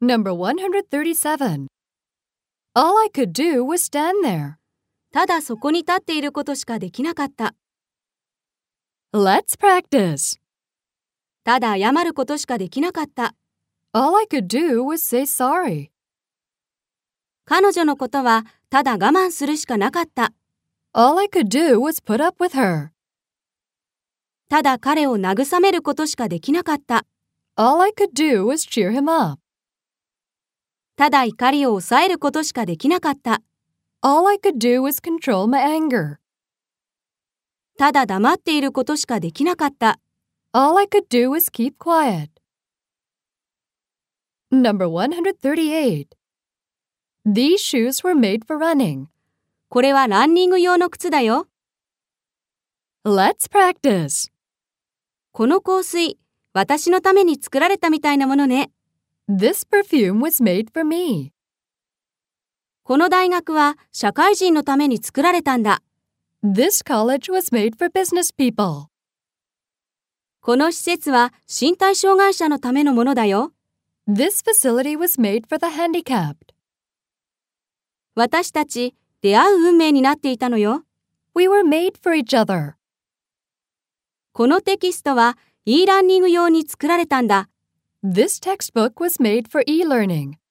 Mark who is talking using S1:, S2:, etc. S1: Number 137. All I could do was stand there.
S2: ただそこに立っていることしかできなかった。
S1: Let's practice.
S2: ただ謝ることしかできなかった。
S1: All I could do was say sorry.
S2: 彼女のことはただ我慢するしかなかった。
S1: All I could do was put up with her.
S2: ただ彼を慰めることしかできなかった。
S1: All I could do was cheer him up.
S2: ただ怒りを抑えることしかできなかった。
S1: All I could do was control my anger.
S2: ただ黙っていることしかできなかった。
S1: All I could do was keep quiet. Number 138. These shoes were made for running.
S2: これはランニング用の靴だよ。
S1: Let's practice.
S2: この香水、私のために作られたみたいなものね。
S1: This perfume was made for me.
S2: この大学は社会人のために作られたんだ。
S1: This college was made for business people.
S2: この施設は身体障害者のためのものだよ。
S1: This facility was made for the handicapped.
S2: 私たち、出会う運命になっていたのよ。
S1: We were made for each other.
S2: このテキストは e ランニング用に作られたんだ。
S1: This textbook was made for e learning.